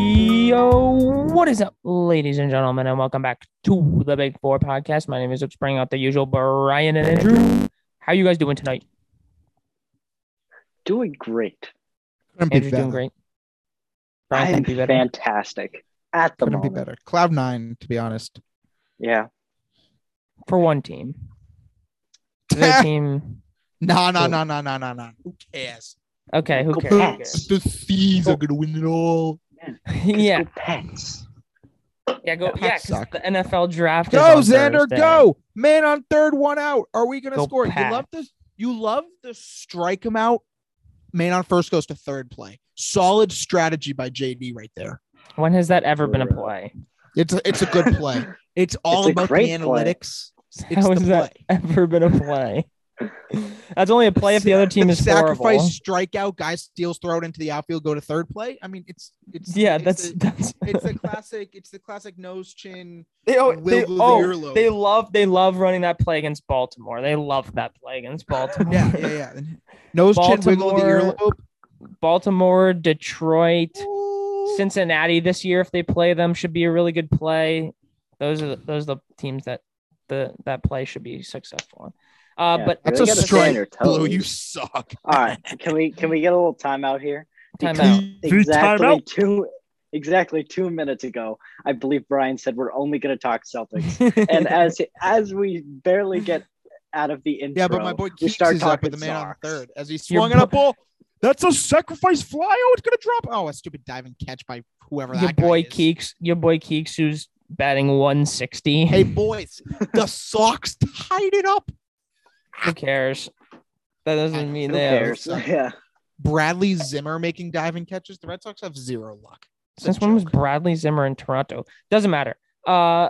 Yo, what is up, ladies and gentlemen, and welcome back to the Big Four podcast. My name is Luke Spring, out the usual Brian and Andrew. How you guys doing tonight? Doing great. Couldn't Andrew's be doing better. great. Brian I'm could be better. fantastic at the Couldn't be moment. better. Cloud nine, to be honest. Yeah, for one team. For the other team. No, no, no, no, no, no, no. Who cares? Okay, who Go cares? Who Pats. The thieves are gonna win it all. cares? Let's yeah, go Pats. yeah, go. The Pats Yeah, 'cause suck. the NFL draft. Go, is on Xander, Thursday. go! Man on third, one out. Are we gonna Go score? Pats. You love this. You love the strike him out. Man on first goes to third play. Solid strategy by JD right there. When has that ever been a Bruh. play? It's a, it's a good play. It's all It's a about the great play. analytics. It's How the has that play. ever been a play? That's only a play if the other team The is sacrifice horrible. strikeout. Guy steals, throw it into the outfield, go to third play. I mean, it's it's Yeah, it's that's a- that's. it's the classic it's the classic nose chin They, oh, they, wiggle the oh, earlobe. they love they love running that play against Baltimore. They love that play against Baltimore. yeah yeah yeah And nose chin wiggle the Baltimore- earlobe Baltimore, Detroit, Ooh. Cincinnati this year if they play them should be a really good play. Those are the, those are the teams that the that play should be successful on. Uh, Yeah, but that's really a gotta stay on strike your toes. blue you suck All right, can we can we get a little timeout here? timeout. Exactly two, exactly two minutes ago, I believe Brian said we're only going to talk Celtics, and as as we barely get out of the intro, yeah but my boy we Keeks start is up talking with the man on Sox. the third as he Your swung it up bo- ball that's a sacrifice fly oh it's gonna drop oh a stupid diving catch by whoever that your guy boy is. Keeks, your boy Keeks who's batting 160. hey boys the Sox tied it up Who cares? That doesn't mean Who they have- cares? Sox. Yeah, Bradley Zimmer making diving catches the Red Sox have zero luck It's a Since when was joke. Bradley Zimmer in Toronto? Doesn't matter. Uh,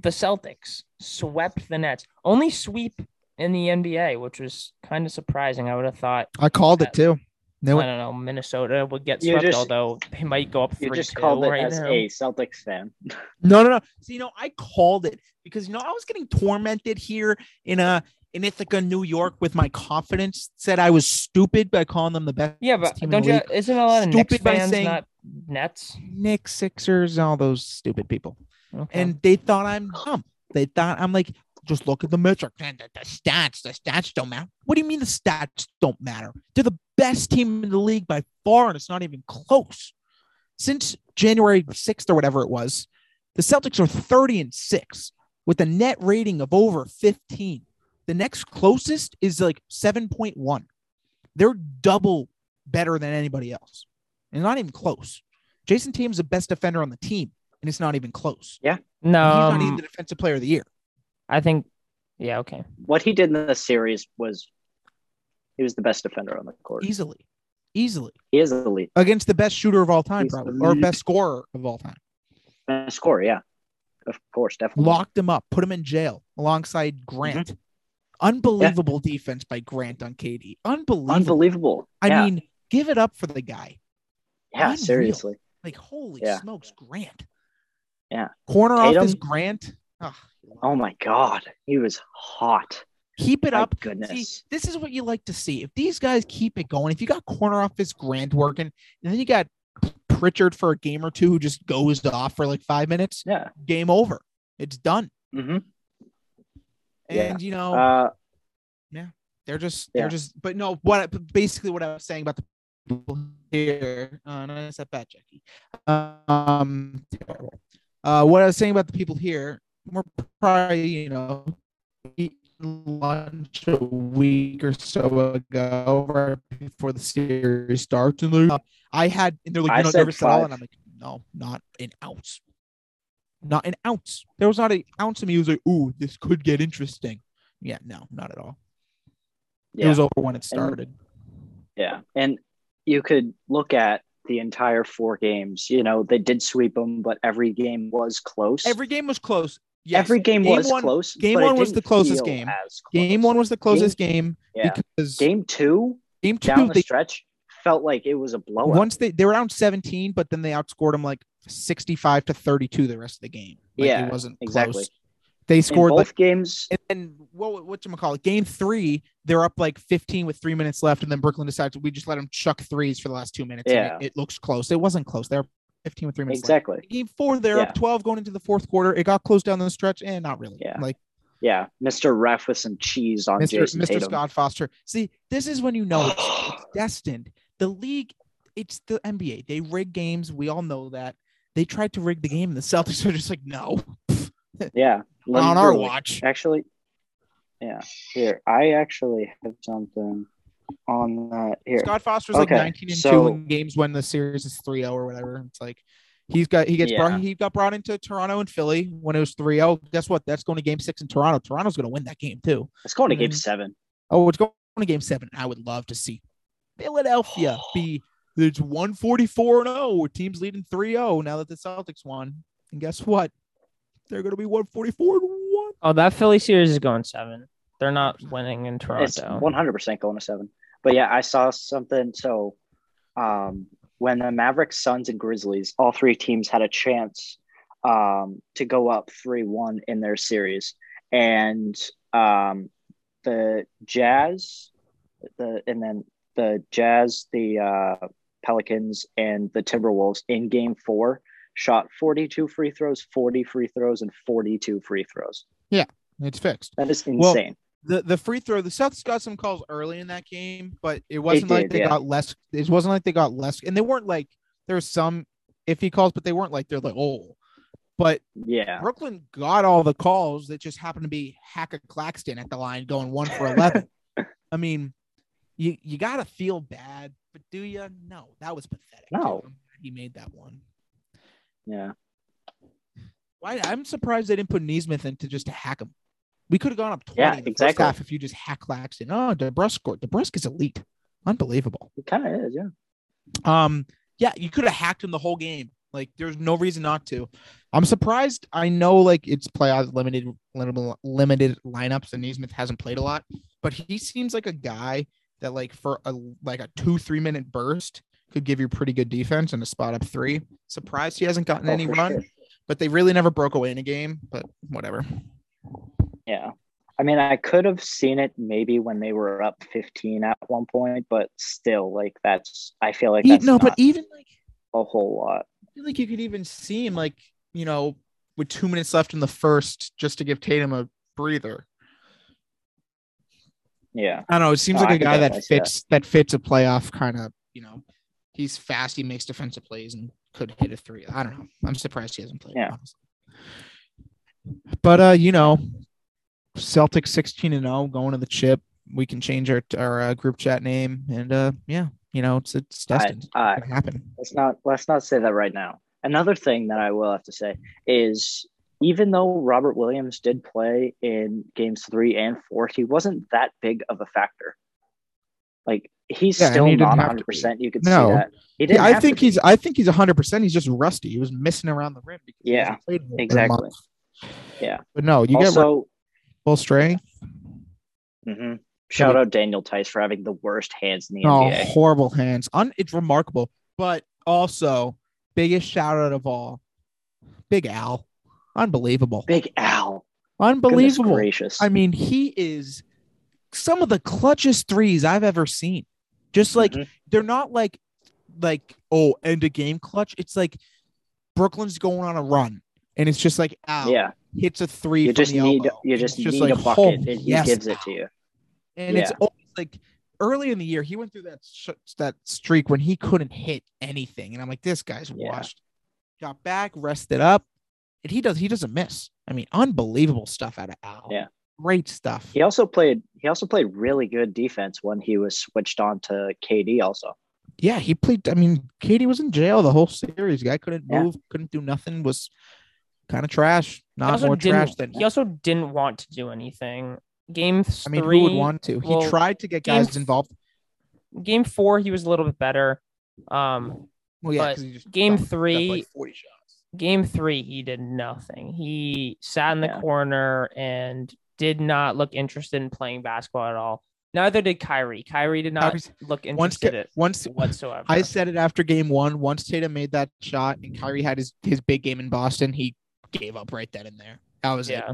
the Celtics swept the Nets. Only sweep in the NBA, which was kind of surprising. I would have thought I called it too knew I don't know. Minnesota would get You swept, just- although they might go up three you just two called it right as now. a Celtics fan. No, no, no. So you know, I called it because you know I was getting tormented here in uh in Ithaca, New York, with my confidence. Said I was stupid by calling them the best. Yeah, but team in don't the you? Isn't a lot of Knicks Stupid by fans saying- not Nets? Knicks, Sixers, all those stupid people, Okay. and they thought I'm dumb. They thought I'm like, just look at the metric, man. The, the stats, the stats don't matter. What do you mean the stats don't matter? They're the best team in the league by far, and it's not even close. Since January sixth or whatever it was, The Celtics are 30 and 6 with a net rating of over 15. The next closest is like 7.1. They're double better than anybody else. And not even close. Jason Tatum's the best defender on the team, and it's not even close. no, And He's not even um, the defensive player of the year. I think. Yeah. Okay. What he did in the series was he was the best defender on the court. Easily. Easily. he is the lead Against the best shooter of all time, He's the probably, or lead. best scorer of all time. best scorer. Yeah, of course, definitely. Locked him up, put him in jail alongside Grant. Unbelievable defense by Grant on KD. Unbelievable. Unbelievable. I yeah. mean, give it up for the guy. yeah, unreal. seriously. Like, holy Yeah. smokes, Grant. Yeah. Corner office Tatum. Grant. Ugh. Oh my God, he was hot. keep it My up. See, goodness. this is what you like to see. If these guys keep it going, if you got corner office Grant working, and then you got Pritchard for a game or two who just goes off for like five minutes, Yeah. game over. It's done. hmm Yeah. And you know, Uh, They're just Yeah. they're just but no what I- but basically what I was saying about the people here uh no, that's not bad Jackie um terrible. uh what I was saying about the people here we're probably you know eating lunch a week or so ago right before the series starts and they're- uh, I had and they're like I you're not said nervous at all five. and I'm like no not an ounce not an ounce there was not an ounce of me who was like ooh this could get interesting yeah no not at all yeah, it was over when it started. yeah. And you could look at the entire four games. You know, they did sweep them, but every game was close. Every game was close. Yes. Every game, Game was one- close. game but it one was the didn't closest feel game. as close. game one was the closest game, Yeah. because game, Game two down two the they, stretch felt like it was a blowout. once they they were down 17, but then they outscored them like 65 to 32 the rest of the game. Like, Yeah, it wasn't exactly. close. They In scored both like games. and then what what you call it? Game three, they're up like 15 with three minutes left, and then Brooklyn decides we just let them chuck threes for the last two minutes. and Yeah. it, it looks close. It wasn't close. They're 15 with three minutes left. Exactly. Game four, they're Yeah. up 12 going into the fourth quarter. It got close down the stretch, and not really. Yeah. Like Yeah, Mr. Ref with some cheese on Mr. Jason Mr. Tatum. Scott Foster. See, this is when you know it's destined. The league, it's the NBA. They rig games. We all know that. They tried to rig the game, and the Celtics are just like, no, yeah, not on our literally. watch. Actually, yeah. Here, I actually have something on that. Here, Scott Foster's Okay, like 19 and 2 so- in games when the series is 3-0 or whatever. It's like he's got he gets brought, he got brought into Toronto and Philly when it was 3-0. Guess what? That's going to game 6 in Toronto. Toronto's going to win that game too. let's go into Game Mhm. Seven. Oh, it's going to game 7. I would love to see Philadelphia be it's 144 and 0. Teams leading 3-0 now that the Celtics won. And guess what? They're going to be 144 and 1. Oh, that Philly series is going seven. They're not winning in It's Toronto. one hundred percent going to seven. But yeah, I saw something. So, um, when the Mavericks, Suns, and Grizzlies, all three teams had a chance um, to go up three one in their series, and um, the Jazz, the and then the Jazz, the uh, Pelicans, and the Timberwolves in Game Four shot forty-two free throws, forty free throws, and forty-two free throws. It's fixed. That is Well, insane. the the free throw the Celtics got some calls early in that game, but it wasn't like did, they yeah. got less. It wasn't like they got less, and they weren't like there was some iffy calls, but they weren't like they're like oh. But yeah. Brooklyn got all the calls that just happened to be Hacker Claxton at the line going one for eleven. I mean, you you gotta feel bad, but do you? No, that was pathetic. dude. No. I'm glad he made that one. Yeah. Why? I'm surprised they didn't put Neesmith in to just to hack him. We could have gone up 20 Yeah, in the first exactly. half if you just hack Claxton. Oh, DeBrusque scored. DeBrusque is elite. Unbelievable. It kind of is, yeah. Um, yeah, you could have hacked him the whole game. Like, there's no reason not to. I'm surprised. I know, like, it's playoffs limited, limited, limited lineups, and Neesmith hasn't played a lot, but he seems like a guy that, like, for a like a two three minute burst could give you pretty good defense and a spot up three. Surprised he hasn't gotten Oh, any for run, sure. but they really never broke away in a game. But whatever. Yeah. I mean, I could have seen it maybe when they were up 15 at one point, but still, like, that's, I feel like E- that's no, not but even like a whole lot. I feel like you could even see him like you know with two minutes left in the first just to give Tatum a breather. Yeah. I don't know. It seems No, like I a could guy that definitely see that. fits that. fits a playoff kind of you know. He's fast. He makes defensive plays and could hit a three. I don't know. I'm surprised he hasn't played. Yeah. honestly. But uh, you know, Celtics 16 and 0 going to the chip. We can change our our uh, group chat name and uh, yeah, you know, it's it's I, destined. I, It's gonna happen. let's not let's not say that right now. Another thing that I will have to say is even though Robert Williams did play in games three and four, he wasn't that big of a factor. Like he's Yeah, and still he didn't not have to 100. be. percent You could No. see that. He didn't Yeah, I have to think be. he's. I think he's 100. percent He's just rusty. He was missing around the rim. Because he Yeah, hasn't played in over a exactly. month. Yeah. But no, you get also. full strength. hmm Shout out Daniel Tice for having the worst hands in the Oh, NBA. horrible hands. Un- it's remarkable. But also, biggest shout out of all, Big Al. Unbelievable. Big Al, goodness Unbelievable. gracious! I mean, he is some of the clutchest threes I've ever seen. Just like Mhm. they're not like like oh end a game clutch. It's like Brooklyn's going on a run, and it's just like Al yeah, hits a three. you from just the need elbow, you and just, it's need like, a bucket, oh, and he yes, gives it Al. to you. And it's Yeah. always like early in the year he went through that sh- that streak when he couldn't hit anything, and I'm like, this guy's Yeah. washed. Got back, rested up, and he does he doesn't miss. I mean, unbelievable stuff out of Al. Yeah. great stuff. He also played. He also played really good defense when he was switched on to KD. Also, yeah, he played. I mean, Katie was in jail the whole series. Guy couldn't Yeah. move, couldn't do nothing. Was kind of trash. He Not also more trash didn't. than. He also didn't want to do anything. Game three. I mean, who would want to? He well, tried to get game guys involved. Game four, he was a little bit better. Um, Well, yeah, but 'cause he just game dropped- dropped, three- forty shots. game three, he did nothing. He sat in the Yeah. corner and did not look interested in playing basketball at all. Neither did Kyrie. Kyrie did not Kyrie's- look Once, interested Ka- at once whatsoever. I said it after game one. Once Tatum made that shot and Kyrie had his his big game in Boston, he gave up right then and there. That was it. yeah,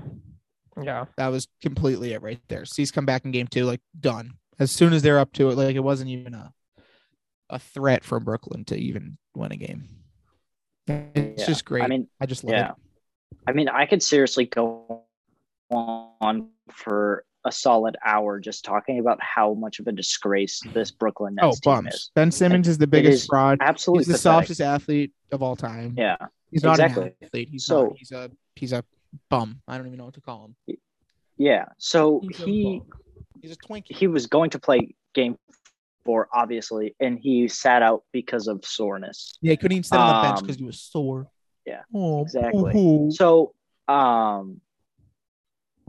yeah. That was completely it right there. So he's come back in game two, like done. As soon as they're up to it, like it wasn't even a a threat from Brooklyn to even win a game. It's Yeah. just great. I I, mean, just love yeah. I mean, I could seriously go on for a solid hour just talking about how much of a disgrace this Brooklyn it. Oh, Nets team is. bums. Ben Simmons is the biggest is fraud. Absolutely He's the pathetic. softest athlete of all time. Yeah. He's not an exactly. athlete. He's So- not. He's a he's a bum. I don't even know what to call him. Yeah. So He's a he bum. He's a twinkie. he was going to play game four, obviously, and he sat out because of soreness. Yeah, he couldn't even sit on the bench Um, because he was sore. yeah, Oh, exactly. boo-hoo. So, um,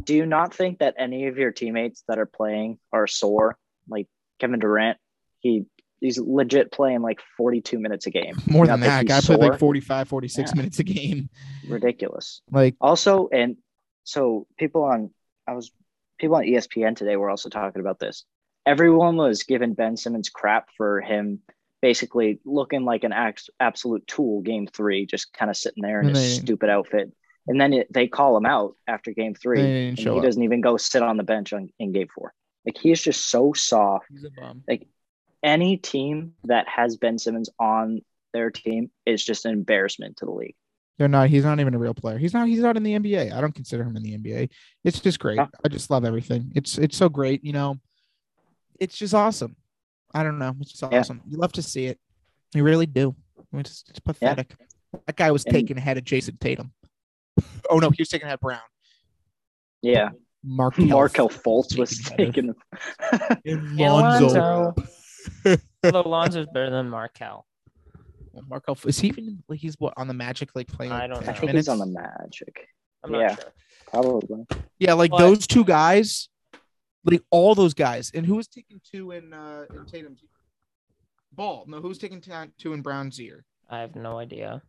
do you not think that any of your teammates that are playing are sore? Like Kevin Durant, he he's legit playing like 42 minutes a game. More you than not that, think guy he's played like sore? 45, 46 Yeah. minutes a game. Ridiculous. Like, Also, and so people on I was people on E ESPN today were also talking about this. Everyone was giving Ben Simmons crap for him basically looking like an ax- absolute tool game three, just kind of sitting there in And his they- stupid outfit. And then it, they call him out after game three. They didn't and show he up. doesn't even go sit on the bench on, in game four. Like he is just so soft. he's a bum. Any team that has Ben Simmons on their team is just an embarrassment to the league. They're not. He's not even a real player. He's not. He's not in the NBA. I don't consider him in the NBA. It's just great. Yeah. I just love everything. It's it's so great. You know, it's just awesome. I don't know. It's just Yeah. awesome. You love to see it. You really do. It's, it's pathetic. That guy was And- taken ahead of Jason Tatum. Oh no, he was taken ahead of Brown. Yeah. Mark Markel Fultz was Taken taken. And Alonzo. Lonzo. Although Lonzo's better than Markel. Markel is he even like he's what on the Magic like playing? I like, don't 10 know. I think minutes? he's on the Magic. I'm not Yeah. sure. Probably. Yeah, like But- those two guys, like all those guys. And who was taking two in uh in Tatum's ear? Ball? No, who was taking ta- two in Brown's ear? I have no idea.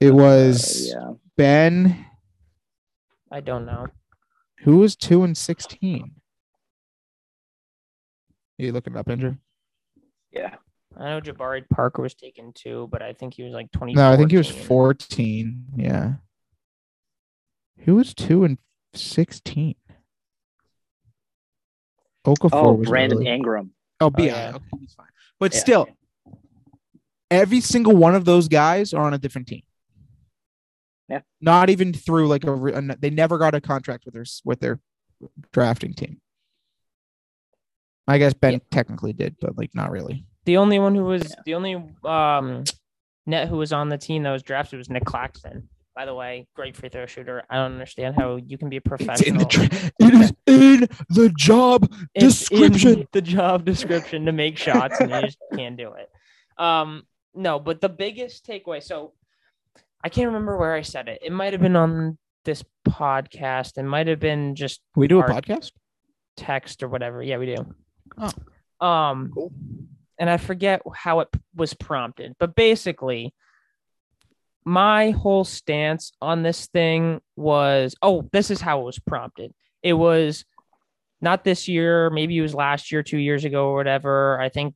It Uh, was yeah. Ben. I don't know. Who was two and sixteen? You looking it up, Andrew? Yeah. I know Jabari Parker was taken too, but I think he was like 20. No, I think he was fourteen. Yeah. Who was two and sixteen? Okafor Oh, was Brandon early. Ingram. Oh, BI. yeah. Okay, he's fine. But Yeah. still, every single one of those guys are on a different team. Yeah. Not even through like a, re- an- they never got a contract with their s- with their drafting team. I guess Ben Yeah. technically did, but like not really. The only one who was Yeah. the only um net who was on the team that was drafted was Nick Claxton. By the way, great free throw shooter. I don't understand how you can be a It's in professional. the tra- it is in the job It's in description. the job description to make shots, and you just can't do it. Um, no, but the biggest takeaway. So I can't remember where I said it. It might have been on this podcast. It might have been just We do a Our- podcast. text or whatever. Yeah, we do. Oh. Um, Cool. and I forget how it p- was prompted, but basically, my whole stance on this thing was oh, this is how it was prompted. It was not this year, maybe it was last year, two years ago, or whatever. I think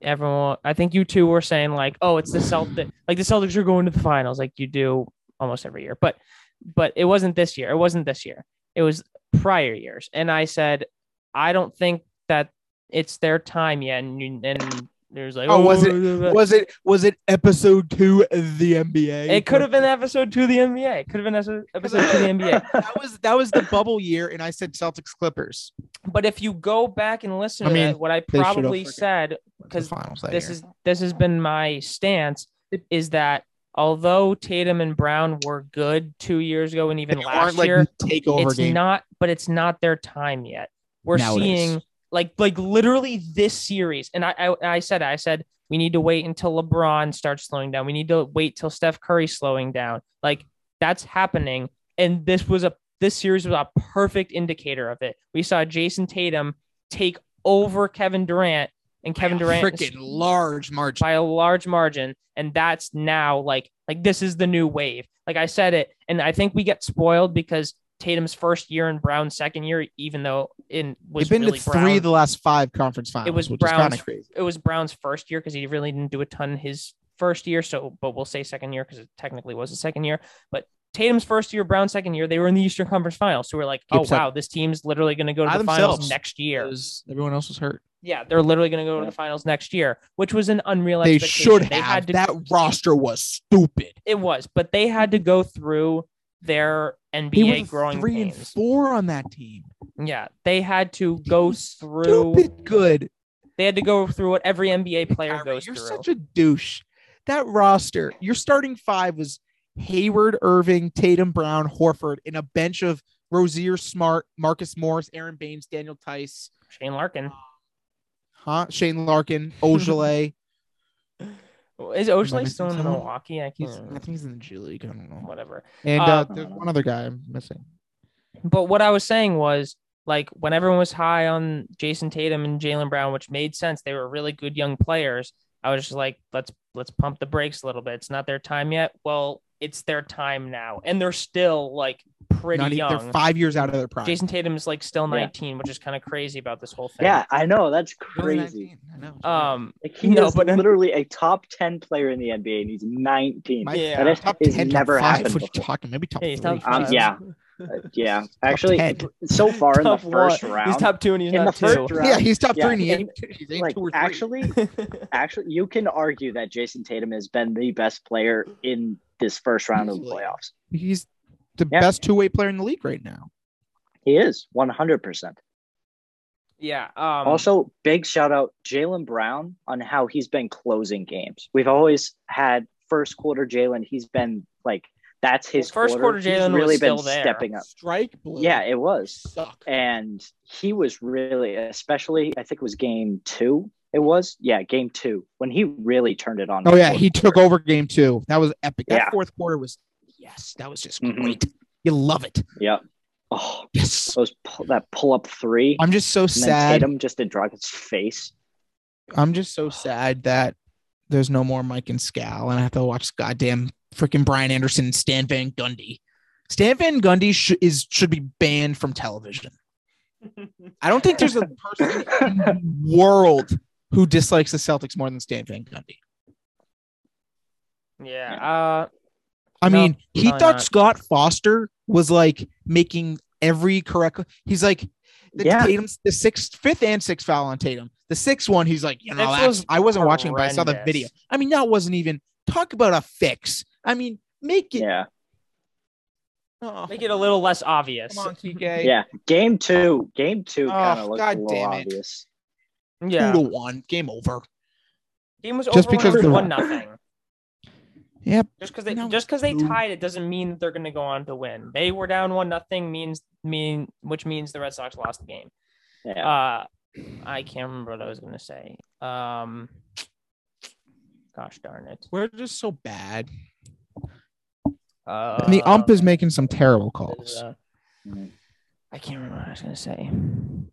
everyone, I think you two were saying, like, oh, it's the Celtic, like the Celtics are going to the finals, like you do almost every year, but but it wasn't this year, it wasn't this year, it was prior years. And I said, I don't think that it's their time yet. And, you- and there's like, Oh, was it- blah, blah, blah. Was it was it episode two of the NBA? It could have been episode two of the NBA. It could have been episode episode two of the NBA. that was that was the bubble year, and I said Celtics Clippers. But if you go back and listen I to mean, that, what I should've probably freaking- said, The because finals that this year. is this has been my stance, is that although Tatum and Brown were good two years ago and even They last aren't, like, year, takeover it's game. not but it's not their time yet we're Now it is. seeing like like literally this series and I, I i said i said we need to wait until lebron starts slowing down we need to wait till steph curry slowing down like that's happening and this was a this series was a perfect indicator of it we saw jason tatum take over kevin durant and kevin durant freaking large margin. by a large margin and that's now like like this is the new wave like i said it and i think we get spoiled because tatum's first year and brown's second year even though in We've was been really to three Brown- of the last five conference finals. was which is Brown's- kind of crazy. it was brown's first year because he really didn't do a ton his first year so but we'll say second year because it technically was his second year but tatum's first year brown's second year they were in the eastern conference finals so we're like Keep oh set. wow this team's literally going to go to By the themselves. finals next year Because everyone else was hurt. Yeah, they're literally going to go to Yeah. the finals next year, which was an unreal They expectation. should They had have. to that roster was stupid. It was, but they had to go through their They were NBA the growing three and pains. four on that team. Yeah, they had to go through. Stupid good. They had to go through what every NBA player Kyrie, goes you're through. such a douche. That roster, your starting five was Hayward, Irving, Tatum, Brown, Horford, and a bench of Rozier, Smart, Marcus Morris, Aaron Baines, Daniel Tice, Shane Larkin huh? Shane Larkin, Ojale. Oh, is Am I Oshley missing still in someone? Milwaukee? I He's, I can't. think he's in the G League. I don't know. Whatever. And uh, Um, there's one other guy I'm missing. But what I was saying was, like, when everyone was high on Jason Tatum and Jalen Brown, which made sense, they were really good young players. I was just like, let's let's pump the brakes a little bit. It's not their time yet. Well, it's their time now, and they're still like pretty Not even- young. They're five years out of their prime. Jason Tatum is like still Yeah. 19, which is kind of crazy about this whole thing. Yeah, I know. That's They're only crazy. 19. I know. it's weird. Um. Like, he No, is but- literally a top 10 player in the NBA and he's 19. My yeah. That is, top is 10, never top five, happened. What are you before. talking? Maybe top Hey, he's three. top five. Um, yeah. yeah. Actually, 10. so far in the Top one. first round. He's top two and he's in the not first two. round. Yeah, he's top Yeah, three. And he and, ain't- he's ain't like two or three. actually actually you can argue that Jason Tatum has been the best player in this first round of the Easily. playoffs. he's the Yeah. best two way player in the league right now. He is 100%. yeah. Um, also, big shout out Jalen Brown on how he's been closing games. We've always had first quarter Jalen. He's been like that's his Well, first quarter He's Jalen was really been still there. stepping up. Strike blue. Yeah, it was. suck. and he was really especially i think it was game two it was yeah game two when he really turned it on Oh yeah, he took over game two. That was epic. That Yeah. fourth quarter was yes. That was just Mhm. great. You love it. yep oh Yes. those pull, that pull up three I'm just so and then sad. tatum just did Dragic's face I'm just so sad that there's no more Mike and Scal, and I have to watch goddamn freaking Brian Anderson and Stan Van Gundy. Stan Van Gundy sh- is should be banned from television. I don't think there's a person in the world who dislikes the Celtics more than Stan Van Gundy. yeah. Uh, I No, mean, he probably thought not. Scott Foster was like making every correct. He's like the Yeah. Tatum's the sixth, fifth, and sixth foul on Tatum. The sixth one, he's like, you know, This that's, was I wasn't watching, but I saw the horrendous. video. I mean, that wasn't even talk about a fix. I mean, make it yeah oh, make it a little less obvious. Come on, TK. yeah game two game two Oh, kind of looked God a little damn it. obvious two Yeah. to one, game over. Game was Just over because because the- one nothing. Yep. Just because they No, just because they dude. tied it doesn't mean that they're going to go on to win. They were down one nothing means mean which means the Red Sox lost the game. yeah Uh, I can't remember what I was going to say. Um, gosh darn it. We're just so bad. Uh, And the ump is making some terrible calls. uh, Mm. I can't remember what I was going to say.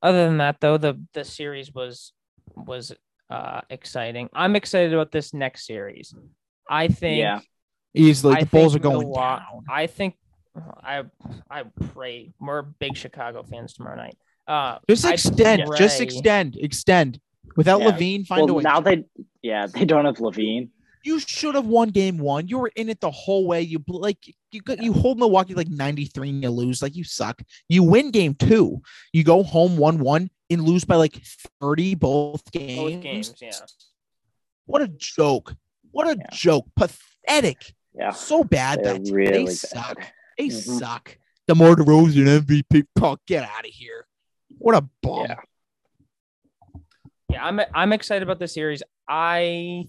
Other than that, though, the the series was was uh exciting. I'm excited about this next series. I think. Yeah. Easily, I the Bulls are think going Milwaukee- down. I think I I pray we're big Chicago fans tomorrow night. Uh, Just I extend, just pray- extend, extend. Without Yeah. Levine, find a well way. now they yeah they don't have levine You should have won game one. You were in it the whole way. You bl- like you got you hold Milwaukee like 93 and you lose. Like you suck. You win game two. You go home 1-1 and lose by like 30 both games. both games, yeah. What a joke. What a Yeah. joke. Pathetic. yeah So bad they're that really they bad suck. They Mm-hmm. Mhm. suck. The more DeRozan MVP call. Get out of here. What a bum. Yeah. Yeah, I'm I'm excited about this series. I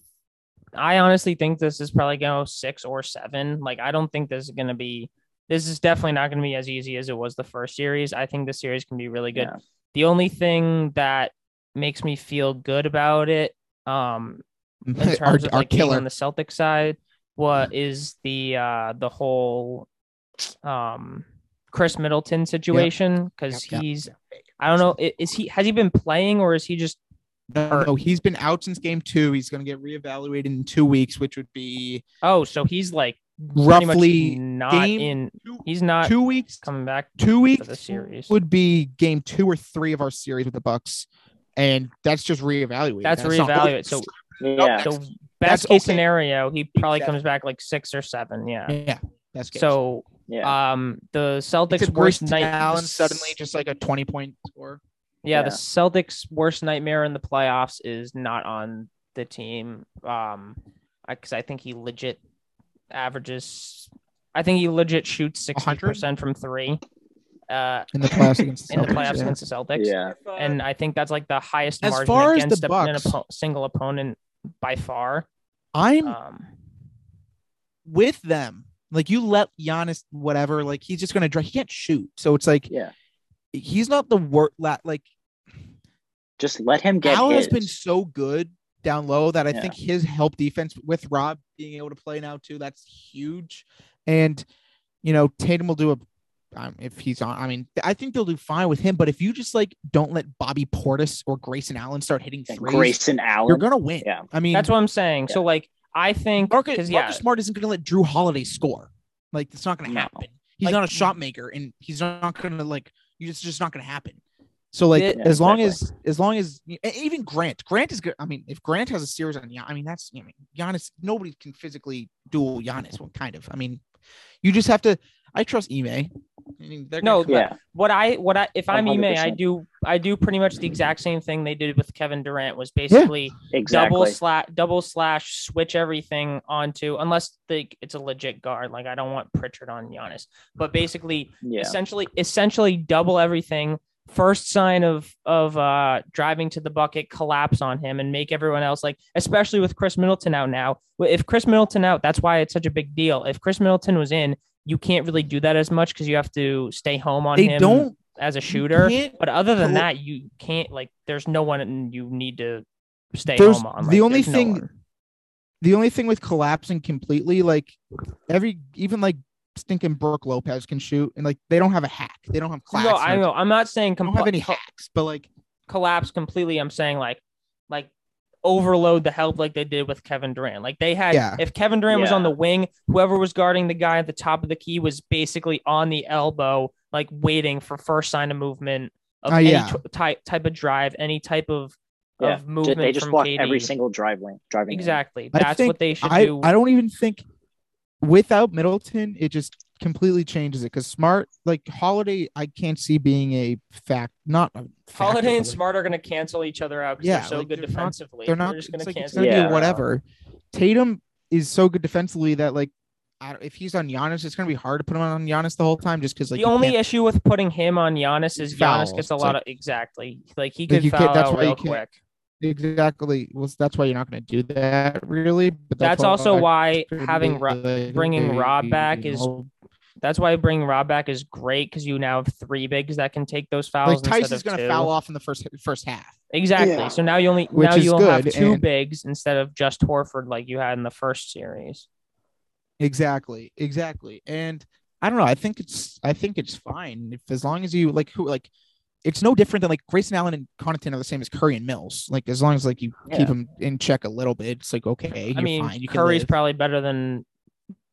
I honestly think this is probably going to six or seven. Like I don't think this is going to be. This is definitely not going to be as easy as it was the first series. I think this series can be really good. Yeah. The only thing that makes me feel good about it, um, in terms our of our like being killer. on the Celtic side, what is the uh the whole um Chris Middleton situation Yep, because yep, he's yep. I don't know i- is he has he been playing or is he just No, no, he's been out since game two. He's going to get reevaluated in two weeks, which would be oh so he's like pretty much roughly not game in two, he's not two weeks. coming back Two to the weeks series would be game two or three of our series with the Bucks, and that's just reevaluated. that's not- reevaluate so yeah so That's- best that's case okay. scenario he probably Exactly. comes back like six or seven yeah yeah, that's good. so yeah um the It's Celtics worst worst night Allen suddenly just like a twenty point score. Yeah, the Yeah. Celtics' worst nightmare in the playoffs is not on the team. Um, because I, think he legit averages. I think he legit shoots sixty 100? percent from three. Uh, in the playoffs against in the Celtics, playoffs yeah. against the Celtics, Yeah. and I think that's like the highest As margin far as the against a- an Bucks- oppo- single opponent by far. I'm Um, with them. Like you let Giannis, whatever, like he's just gonna drive. He can't shoot, so it's like Yeah. he's not the work. La- like Just let him get Al his. has been so good down low that I Yeah. think his help defense with Rob being able to play now too, that's huge. And you know, Tatum will do a um, if he's on. I mean, I think they'll do fine with him. But if you just like don't let Bobby Portis or Grayson Allen start hitting and threes, Grayson Allen. you're gonna win. Yeah. I mean, that's what I'm saying. So like, I think Marcus, because yeah, Marcus Smart isn't gonna let Drew Holiday score. Like it's not gonna No. happen. He's Like- not a shot maker, and he's not gonna like. You it's just not gonna happen. So like, Yeah, as long exactly. as as long as and even Grant, Grant is good. I mean, if Grant has a series on, Gian- I mean that's I mean Giannis. Nobody can physically duel Giannis. Well, kind of. I mean, you just have to. I trust Ime. I mean, they're gonna No, come back. yeah. what I what I if I'm Ime, I 100%. do I do pretty much the exact same thing they did with Kevin Durant was basically Exactly. double slash double slash switch everything onto unless the it's a legit guard. Like I don't want Pritchard on Giannis, but basically yeah. essentially essentially double everything. First sign of of uh driving to the bucket, collapse on him and make everyone else like, especially with Chris Middleton out now. If Chris Middleton out, that's why it's such a big deal. If Chris Middleton was in, you can't really do that as much because you have to stay home on They him don't. as a you shooter. can't- But other than Cor- that, you can't like. There's no one and you need to stay There's- home on. the Like, only there's no thing- one. the only thing with collapsing completely, like every even like stinking Brooke Lopez can shoot, and like they don't have a hack. They don't have class. No, like, I know. I'm not saying They don't have compl- any co- hacks, but like collapse completely. I'm saying like, like overload the help like they did with Kevin Durant. Like they had. Yeah. If Kevin Durant was on Yeah. the wing, whoever was guarding the guy at the top of the key was basically on the elbow, like waiting for first sign of movement of Oh, any yeah. t- type type of drive, any type of Yeah. of Ju- movement. They just from block KD. every single drive lane, driving lane. Exactly. I That's think what they should I, do. I don't even think without Middleton, it just completely changes it because Smart like Holiday, I can't see being a fact. Not a factor, but, Holiday like, and Smart are going to cancel each other out because Yeah, they're so like, good they're not- defensively. They're not. It's just going to like it's cancel. gonna each Yeah. be other out. whatever. Tatum is so good defensively that like. I don't, if he's on Giannis, it's gonna be hard to put him on Giannis the whole time just because like the you only can't- issue with putting him on Giannis is Fouls. Giannis gets a It's like- lot of exactly like he Like, could you can't- foul that's out why you real can't- quick. exactly well that's why you're not going to do that really but That's why also I why could having be Ro- like, bringing okay, Rob back you is know, that's why bringing Rob back is great because you now have three bigs that can take those fouls. like instead Tyson's of going two. to foul off in the first first half Exactly. Yeah. So now you only Which now is you'll have good, two and- bigs instead of just Horford like you had in the first series. exactly exactly and I don't know I think it's I think it's fine if as long as you like who like it's no different than like Grayson Allen and Connaughton are the same as Curry and Mills like as long as like you Yeah. keep them in check a little bit it's like okay you're I mean, fine you can Curry's live. probably better than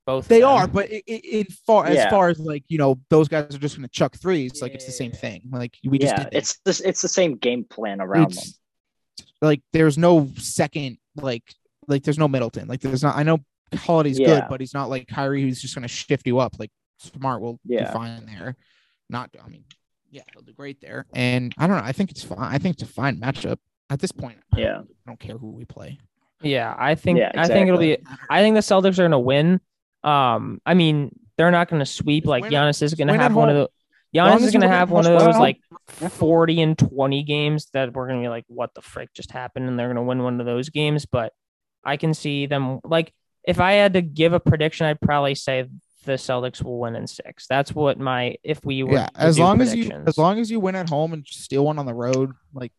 both. of They them. are, but i- i- in far as Yeah. far as like you know, those guys are just going to chuck threes. Like it's the Yeah, same yeah, thing. Like we just yeah, did that. it's this. It's the same game plan around them. It's- Like there's no second, like like there's no Middleton. Like there's not. I know Holiday's good, Yeah. but he's not like Kyrie, who's just gonna shift you up. Like Smart will Yeah. be fine there. Not, I mean, yeah, he'll do great there. And I don't know. I think it's fine. I think it's a fine matchup at this point. I don't- Yeah. I don't care who we play. Yeah, I think Yeah, I think it'll be. exactly. I think the Celtics are going to win. Um, I mean, they're not going to sweep. Like Win at- Giannis is going to win at have one of the. Long Giannis as is going to you win at have one of home, those well, like yeah. forty and twenty games that we're going to be like, what the frick just happened, and they're going to win one of those games. But I can see them like if I had to give a prediction, I'd probably say the Celtics will win in six. That's what my if we were Yeah, to as do long as you predictions. as long as you win at home and steal one on the road, like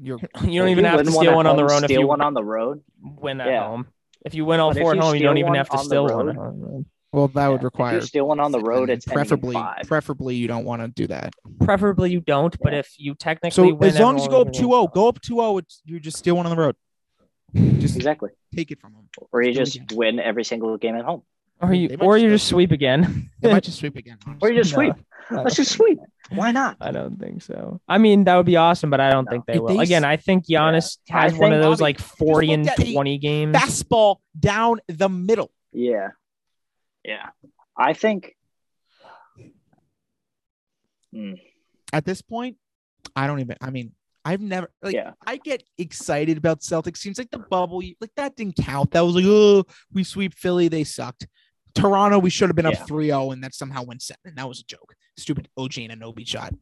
you're you don't If even have win to steal at one on the home, road if Steal you one on the road. win at Yeah. home. If you win all But if four at you home, you don't steal even one have to on the steal one road- at home. well, that would Yeah. If require you steal one on the six, and road, then it's ending in preferably five. preferably you don't want to do that. Preferably you don't, but Yeah. if you technically So win, as long as you go everyone up will 2-0, go up 2-0, it's, you just steal one on the road. Just Exactly. take it from them. Or you Steal just again. win every single game at home. win. or They you might or you just just sweep again. They might just sweep again. Or you just No, sweep. I don't Let's just sweep. Why not? I don't think so. I mean, that would be awesome, but I don't No. think they If will. they s- Again, I think Yeah. Giannis I has one think- of those Bobby, like forty and looked at eight. twenty games. Fastball down the middle. Yeah. Yeah. I think At this point, I don't even. I mean, I've never like yeah. I get excited about Celtics teams like the bubble. Like that didn't count. That was like, oh, we sweep Philly. They sucked. Toronto, we should have been Yeah. up 3-0 and that somehow went seven. That was a joke. Stupid OG and Anobi shot.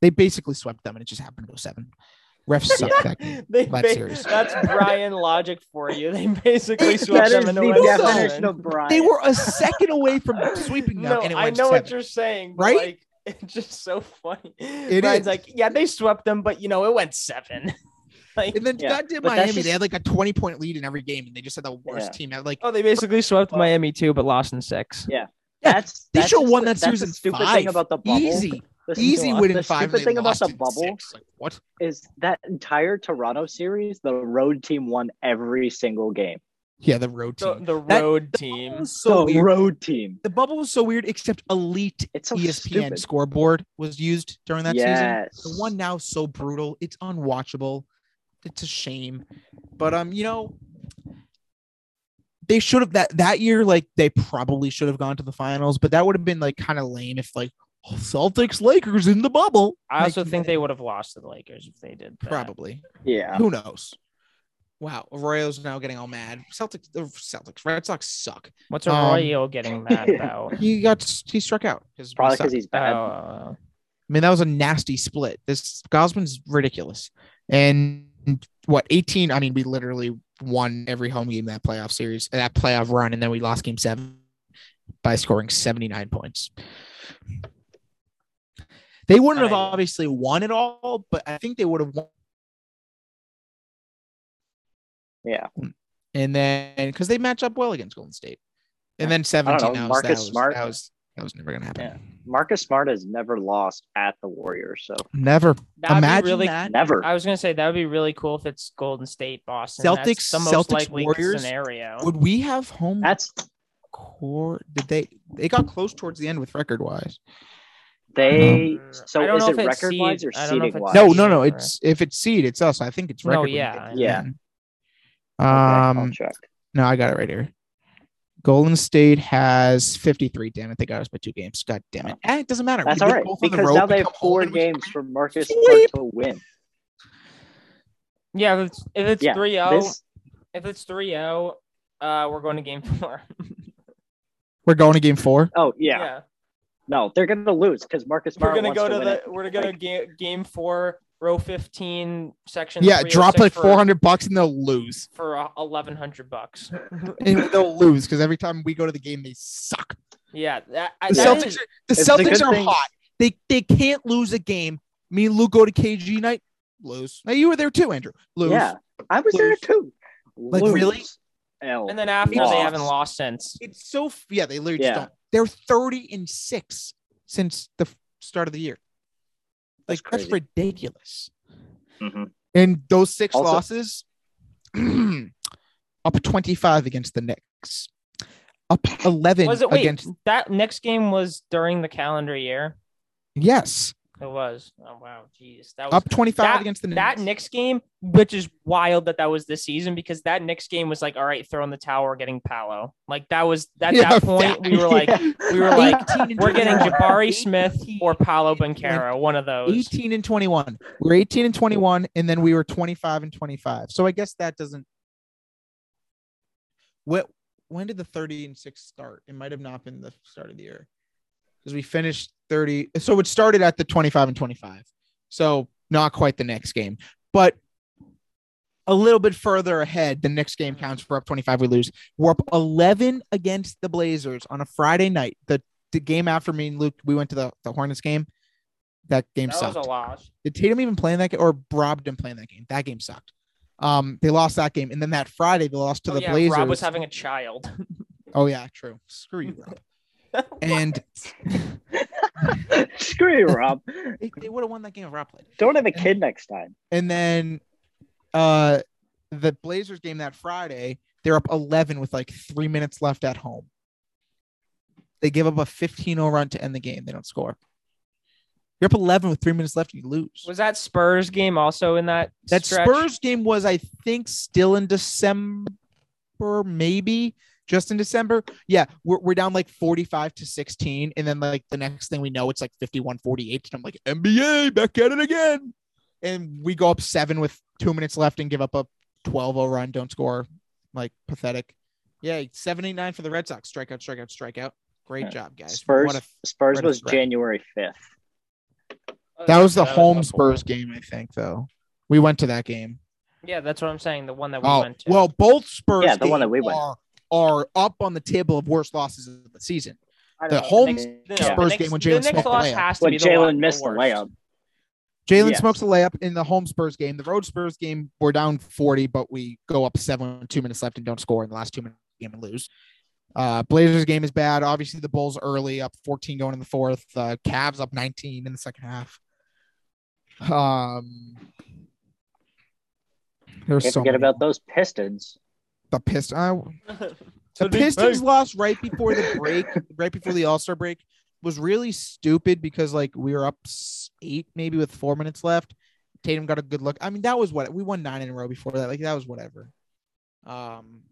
They basically swept them and it just happened to go seven. Refs sucked that game. They That's ba- serious. That's Brian logic for you. They basically swept That is them the into a Also- definition of Brian. They were a second away from sweeping them No, and it I went know seven. what you're saying, Right? right? Like, it's just so funny. It is. like, yeah, they swept them, but you know, it went seven. like, and then Yeah, goddamn but that's Miami, just- they had like a 20 point lead in every game and they just had the worst Yeah. team out. Like oh, they basically swept Well- Miami too, but lost in six. Yeah, that's they that's should have just won the- that series that's the in stupid five. thing about the bubble. Easy, Listen to easy us. win in The five. and stupid they thing about lost the in bubble six. Like, what? is that entire Toronto series, the road team won every single game. Yeah, the road The, team. the That- road the team. bubble was so the weird. road team. the bubble was so weird, except elite E It's so ESPN stupid. scoreboard was used during that yes. season. The one now is so brutal, it's unwatchable. It's a shame, but um, you know, they should have that that year. Like they probably should have gone to the finals, but that would have been like kind of lame if like Celtics Lakers in the bubble. I also Like, think they would have lost to the Lakers if they did. that. probably. Yeah. Who knows? Wow, Arroyo's now getting all mad. Celtics, the Celtics, Red Sox suck. What's Um, Arroyo getting mad about? He got he struck out. 'cause we Probably suck. because he's bad. Oh, I mean, that was a nasty split. This Gosman's ridiculous. And what 18? I mean, we literally won every home game that playoff series, that playoff run, and then we lost game seven by scoring 79 points. They wouldn't have Amazing. obviously won it all, but I think they would have won. Yeah. And then because they match up well against Golden State. And then 17 know, that was- Marcus that was, Smart. That was that was never gonna happen. Yeah. Marcus Smart has never lost at the Warriors, so Never. uh, that'd Imagine be really. that. never. I was gonna say that would be really cool if it's Golden State, Boston. That's Celtics- the most Celtics, likely Warriors scenario. Would we have home That's core did they they got close towards the end with record wise they. Um, I so don't is know it if it's record wise seed- or I don't know if seeding wise? it's no Right. no no it's if it's seed it's us i think it's No, record when yeah, they- yeah. Okay, um I'll check. no i got it right here golden state has 53 damn it they got us by two games god damn it Eh, it doesn't matter That's We all win right both on the because road, now they we have come home, four and we- games for Marcus Sweep. Smart to win. Yeah, if it's, if it's Yeah, 3-0, This if it's 3-0, uh, we're going to game four. we're going to game four Oh yeah. No, they're gonna lose because Marcus we're Smart gonna wants go to, win the it. we're gonna Like- go to game four, row fifteen, section. yeah drop 306 like for- 400 bucks and they'll lose for uh, eleven hundred bucks. and they'll lose because every time we go to the game they suck yeah, that, I, the that celtics is- are, the It's the celtics good are thing- hot they they can't lose a game me and lou go to kg night lose now you were there too andrew lose Yeah, I was there Lose. too. Like, really? Lose. L. and then after Lost. they haven't lost since. It's so f- yeah, they literally Yeah. just don't. They're 30 and 6 since the f- start of the year. Like That's that's, crazy. ridiculous. Mm-hmm. Mhm. And those six Also- losses up 25 against the Knicks. Up 11 Was it wait against that next game was during the calendar year? yes, It was. Oh wow, jeez, that was up 25 that- against the Knicks. that Knicks game, which is wild that that was this season because that Knicks game was like, all right, throwing the towel, we're getting Palo. Like that was at Yeah, that point we were like, we were like, we're getting Jabari Smith or Paolo Bencaro, one of those. 18 and 21. We were 18 and 21, and then we were 25 and 25. So I guess that doesn't. What when did the 30 and 6 start? It might have not been the start of the year because we finished 30. So it started at the 25 and 25. So not quite the next game, but a little bit further ahead. The next game counts for up 25. We lose. We're up 11 against the Blazers on a Friday night. The, the game after me and Luke, we went to the, the Hornets game. That game That sucked. was a loss. Did Tatum even play in that game or Rob didn't play in that game? That game sucked. Um, they lost that game, and then that Friday they lost to Oh, the yeah, Blazers. Rob was having a child. oh yeah, true. Screw you, Rob. and Screw you, Rob. they, they would have won that game if Rob played. Don't have a kid next time. And then, uh, the Blazers game that Friday, they're up 11 with like three minutes left at home. They give up a 15-0 run to end the game. They don't score. You're up 11 with three minutes left. You lose. Was that Spurs game also in that? That stretch? Spurs game was, I think, still in December, maybe just in December. Yeah, we're, we're down like 45 to 16. And then, like, the next thing we know, it's like 51 48. And I'm like, NBA back at it again. and we go up seven with two minutes left and give up a 12-0 run, don't score, like pathetic. Yeah, seven eight nine for the Red Sox. Strikeout, strikeout, strikeout. Great Yeah. job, guys. Spurs What a- Spurs what a was threat. January fifth. that was Uh, the home awful. Spurs game, I think. Though we went to that game. Yeah, that's what I'm saying. The one that we Oh went to. well, both Spurs. Yeah, the one that we games went. Are, are up on the table of worst losses of the season. I don't the know, home Knicks- Yeah. the Spurs Knicks- game when the Jalen Knicks smoked the loss layup. has to When be the lot- Jalen missed the worst. layup. Jalen Yes. smokes a layup in the home Spurs game. The road Spurs game, we're down 40, but we go up seven with two minutes left and don't score in the last two minutes of the game and lose. Uh, Blazers game is bad. Obviously, the Bulls early up 14 going in the fourth. Uh, Cavs up 19 in the second half. Um, there's Can't so forget many. about those Pistons. the Pistons. uh, So the did Pistons Bay. loss right before the break, right before the All Star break, was really stupid because like we were up s- eight maybe with four minutes left. Tatum got a good look. I mean, that was what we won nine in a row before that. Like that was whatever. Um,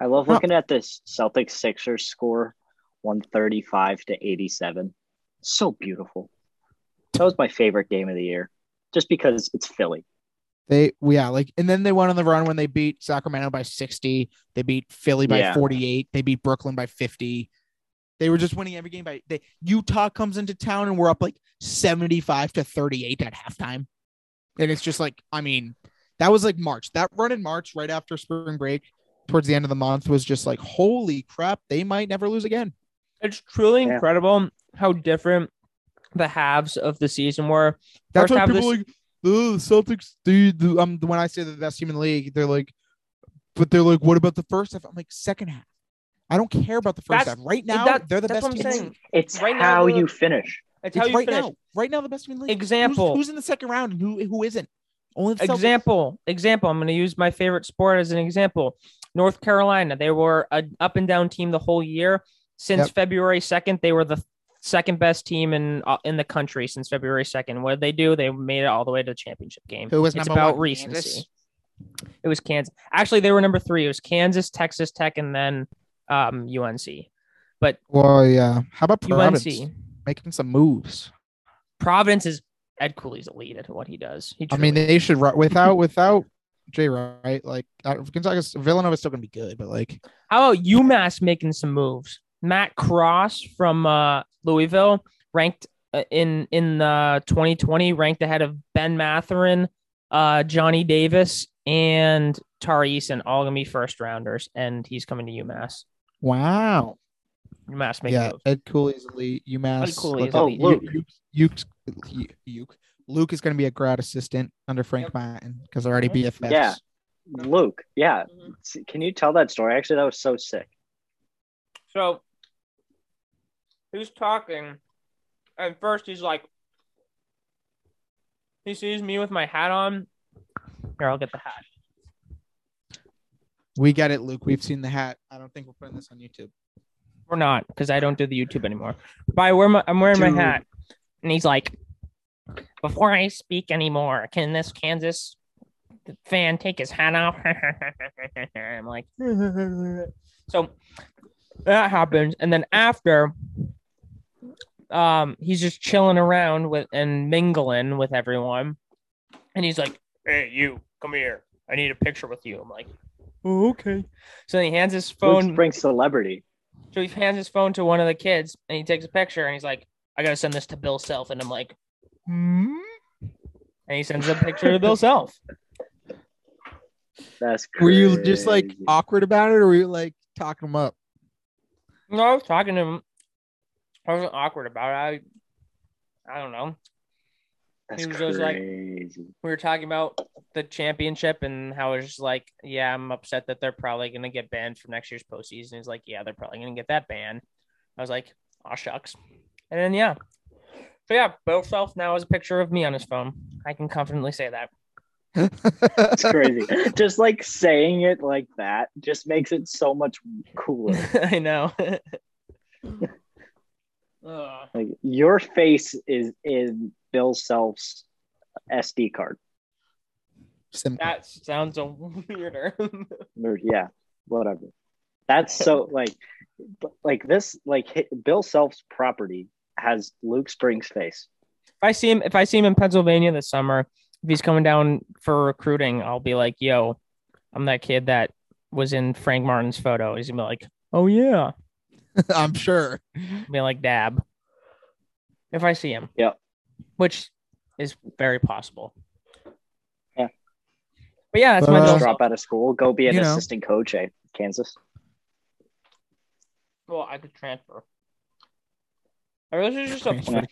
I love Huh. looking at this Celtics Sixers score 135 to 87. So beautiful. That was my favorite game of the year just because it's Philly. they yeah like and then they went on the run when they beat Sacramento by sixty. They beat Philly by Yeah. forty eight. They beat Brooklyn by fifty. They were just winning every game by they Utah comes into town and we're up like 75 to 38 at halftime. And it's just like, I mean, that was like March. That run in March right after spring break towards the end of the month was just like, holy crap, they might never lose again. It's truly Yeah. incredible how different the halves of the season were. That's First why half of people this- like oh, the Celtics. Dude, the, um, when I say they're the best team in the league, they're like, but they're like, what about the first half? I'm like, second half. I don't care about the first That's- half. Right now, that- they're the that's best. what I'm team in the saying. league. It's Right now, how the- you finish. It's, how It's you right finish. now. Right now, the best team in the league. Who's- Example. Who's, in the second round and who who isn't? Only the Celtics. example example i'm going to use my favorite sport as an example north carolina they were an up and down team the whole year since Yep. february 2nd they were the second best team in uh, in the country since february 2nd what did they do they made it all the way to the championship game Who was it's number about one? recency Kansas? it was kansas actually they were number three it was kansas texas tech and then um, unc Well, yeah. How about Providence unc making some moves? providence is ed cooley's elite at what he does he I mean, truly- they should ru- without without Jay Wright. Like uh, Gonzaga's Villanova's still gonna be good, but like How about UMass making some moves? Matt Cross from uh, Louisville, ranked uh, in in uh, 2020, ranked ahead of Ben Matherin, uh, Johnny Davis, and Tari Eason, all gonna be first rounders, and he's coming to UMass. wow. UMass making yeah, moves. Ed Cooley's elite. UMass. Ed Cooley look is up- elite. Oh, Luke. Luke, Luke, Luke- Luke is going to be a grad assistant under Frank Yep. Martin because they're already BFFs. Yeah. Luke, yeah. Mm-hmm. S- Can you tell that story? Actually, that was so sick. So who's talking? And first he's like, he sees me with my hat on. Here, I'll get the hat. We get it, Luke. We've seen the hat. I don't think we're putting this on YouTube. We're not because I don't do the YouTube anymore. But I wear my, I'm wearing Dude. my hat, and he's like, "Before I speak anymore, can this Kansas fan take his hat off?" I'm like, so that happens, and then after, um, he's just chilling around with and mingling with everyone, and he's like, "Hey, you, come here. I need a picture with you." I'm like, oh, "Okay." So then he hands his phone. Luke brings celebrity. So he hands his phone to one of the kids and he takes a picture and he's like, I gotta send this to Bill Self. And I'm like, hmm? And he sends a picture to Bill Self. That's Were you just like crazy. awkward about it, or were you like talking him up? No, I was talking to him. I wasn't awkward about it. I I don't know. That's he was just like- crazy. We were talking about the championship and how it's just like, yeah, I'm upset that they're probably gonna get banned from next year's postseason. He's like, Yeah, they're probably gonna get that ban. I was like, Aw shucks. And then yeah. So yeah, Bill Self now has a picture of me on his phone. I can confidently say that. It's crazy. just like saying it like that just makes it so much cooler. I know. Ugh. Like your face is in Bill Self's SD card. Sim- that sounds a weirder. Or, yeah, whatever. That's so like, like this like hi- Bill Self's property has Luke Spring's face. If I see him, if I see him in Pennsylvania this summer, if he's coming down for recruiting, I'll be like, "Yo, I'm that kid that was in Frank Martin's photo." He's gonna be like, "Oh yeah," I'm sure. I'll be like, "Dab." If I see him, Yeah. which is very possible. Yeah. but yeah, that's Uh, my Just drop. drop out of school, go be an you know. assistant coach at Kansas. Well, I could transfer. I really should just Transfer to-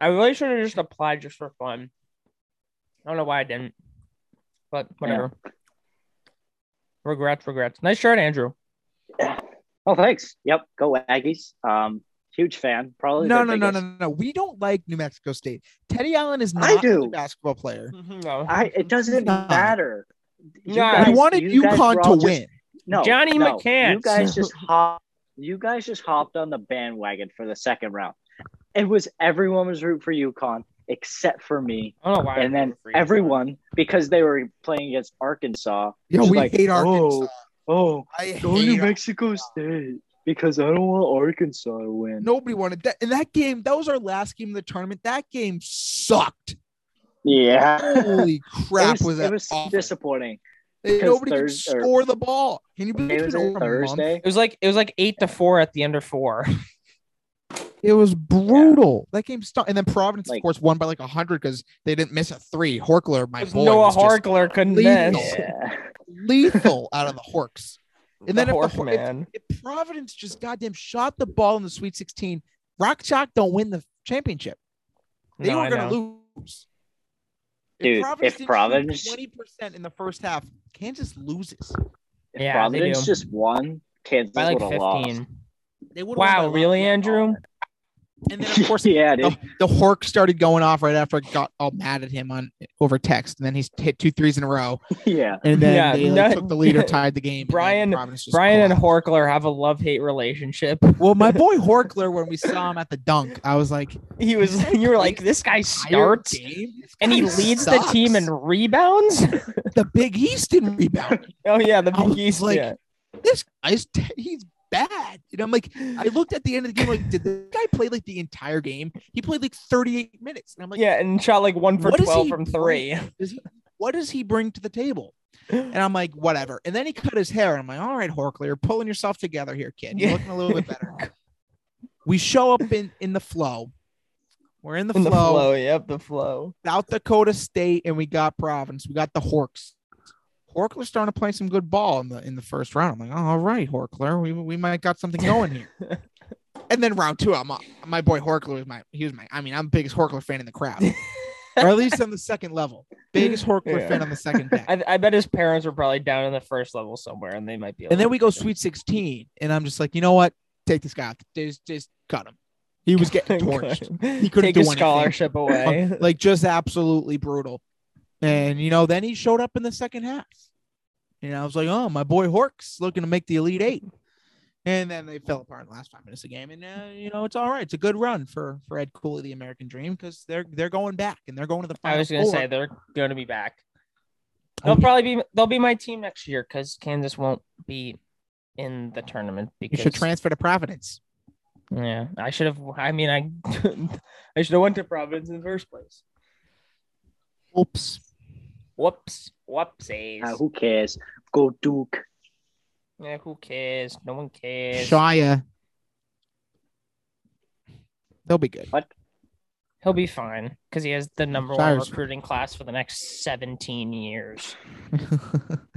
I really should have just applied just for fun. I don't know why I didn't, but whatever. Regrets, regrets. Nice shirt, Andrew. Oh, thanks. Yep, go Aggies. Um, huge fan. Probably No, their no, no, biggest. no, no, no. We don't like New Mexico State. Teddy Allen is not I do. a basketball player. No. I it doesn't Nah. matter. Nah. You We Guys, wanted you guys were UConn all to just- win. No, Johnny no. McCants. You guys just hop. You guys just hopped on the bandwagon for the second round. It was everyone was root for UConn except for me, I don't know why. I and then voted for you. everyone because they were playing against Arkansas. Yo, was we like, hate Arkansas. "Whoa, Oh, I hate go to Arkansas. Mexico State because I don't want Arkansas to win. Nobody wanted that. And that game, that was our last game of the tournament. That game sucked. Yeah. Holy crap! it was, that it was awful. disappointing. They- Nobody could Thurs- or- score the ball. Can you believe It was been on over a month? Thursday. It was like it was like eight to four at the end of four. It was brutal. That game stunk. And then Providence, Like- of course, won by like hundred because they didn't miss a three. Horkler, my boy, Noah was just Harkler couldn't lethal. miss. Yeah. lethal out of the Horks. And then the if the Hork Hor- man. If Providence just goddamn shot the ball in the Sweet Sixteen, Rock Chalk don't win the championship. They No, were I going know. to lose. Dude, if Providence- twenty percent in the first half, Kansas loses. If Yeah, they Providence do. just won, Kansas by like would have lost. fifteen. They would Wow, really, Oh, Andrew? And then of course yeah, dude. the, the Hork started going off right after I got all mad at him on over text, and then he's hit two threes in a row, Yeah. and then Yeah, they like, no- took the lead or tied the game. and then Brian- Providence just Brian and collapsed. Horkler have a love hate relationship. Well, my boy Horkler, when we saw him at the dunk, I was like, He was. You were like, this guy starts and he leads the team in and rebounds. the Big East in rebounding. oh yeah, the I was Big East. like, yeah. This guy's t- he's bad, and I'm like, I looked at the end of the game, like, did this guy play like the entire game? He played like 38 minutes, and I'm like, yeah, and shot like one for What is twelve he from doing? three. does he, what does he bring to the table? And I'm like, whatever. And then he cut his hair, and I'm like, all right, Horkler, you're pulling yourself together here, kid. You're Yeah. looking a little bit better. We show up in in the flow. We're in the In the flow. flow, yep, the flow. South Dakota State, and we got Providence. We got the Horks. Horkler's starting to play some good ball in the in the first round. I'm like, "Oh, all right, Horkler, we, we might got something going here. and then round two, I'm up. My boy Horkler was my he was my I mean I'm the biggest Horkler fan in the crowd, or at least on the second level, biggest Horkler Yeah. fan on the second deck. I, I bet his parents were probably down in the first level somewhere, and they might be. And then like- we go Sweet 16, and I'm just like, you know what? Take this guy out. Just just cut him. He was getting torched. He couldn't take do his anything. scholarship away. like just absolutely brutal. And you know, then he showed up in the second half. And I was like, oh, my boy Hork's looking to make the Elite Eight. And then they fell apart in the last five minutes of the game. And uh, you know, it's all right. It's a good run for for Ed Cooley, the American Dream, because they're they're going back and they're going to the final. I was gonna four. say they're gonna be back. Oh, They'll yeah. probably be. They'll be my team next year because Kansas won't be in the tournament you because should transfer to Providence. Yeah, I should have. I mean, I I should have went to Providence in the first place. Oops. Whoops, whoopsies. Uh, Ah, who cares? Go Duke. yeah, who cares? No one cares. Shia. They'll be good. He'll be fine because he has the number one Shire's- recruiting class for the next seventeen years.